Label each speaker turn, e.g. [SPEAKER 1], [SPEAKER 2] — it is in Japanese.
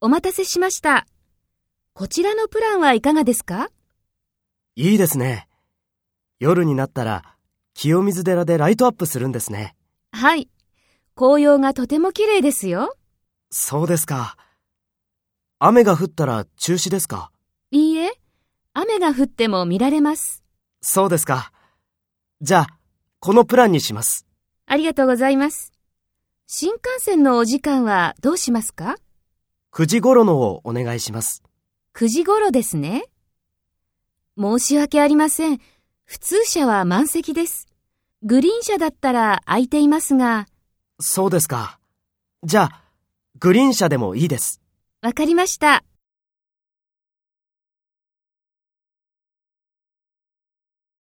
[SPEAKER 1] お待たせしました。こちらのプランはいかがですか
[SPEAKER 2] いいですね。夜になったら、清水寺でライトアップするんですね。
[SPEAKER 1] はい。紅葉がとても綺麗ですよ。
[SPEAKER 2] そうですか。雨が降ったら中止ですか
[SPEAKER 1] いいえ、雨が降っても見られます。
[SPEAKER 2] そうですか。じゃあ、このプランにします。
[SPEAKER 1] ありがとうございます。新幹線のお時間はどうしますか
[SPEAKER 2] 9時頃のをお願いします。
[SPEAKER 1] ?9 時頃ですね。申し訳ありません。普通車は満席です。グリーン車だったら空いていますが、
[SPEAKER 2] そうですか。じゃあ、グリーン車でもいいです。
[SPEAKER 1] わかりました。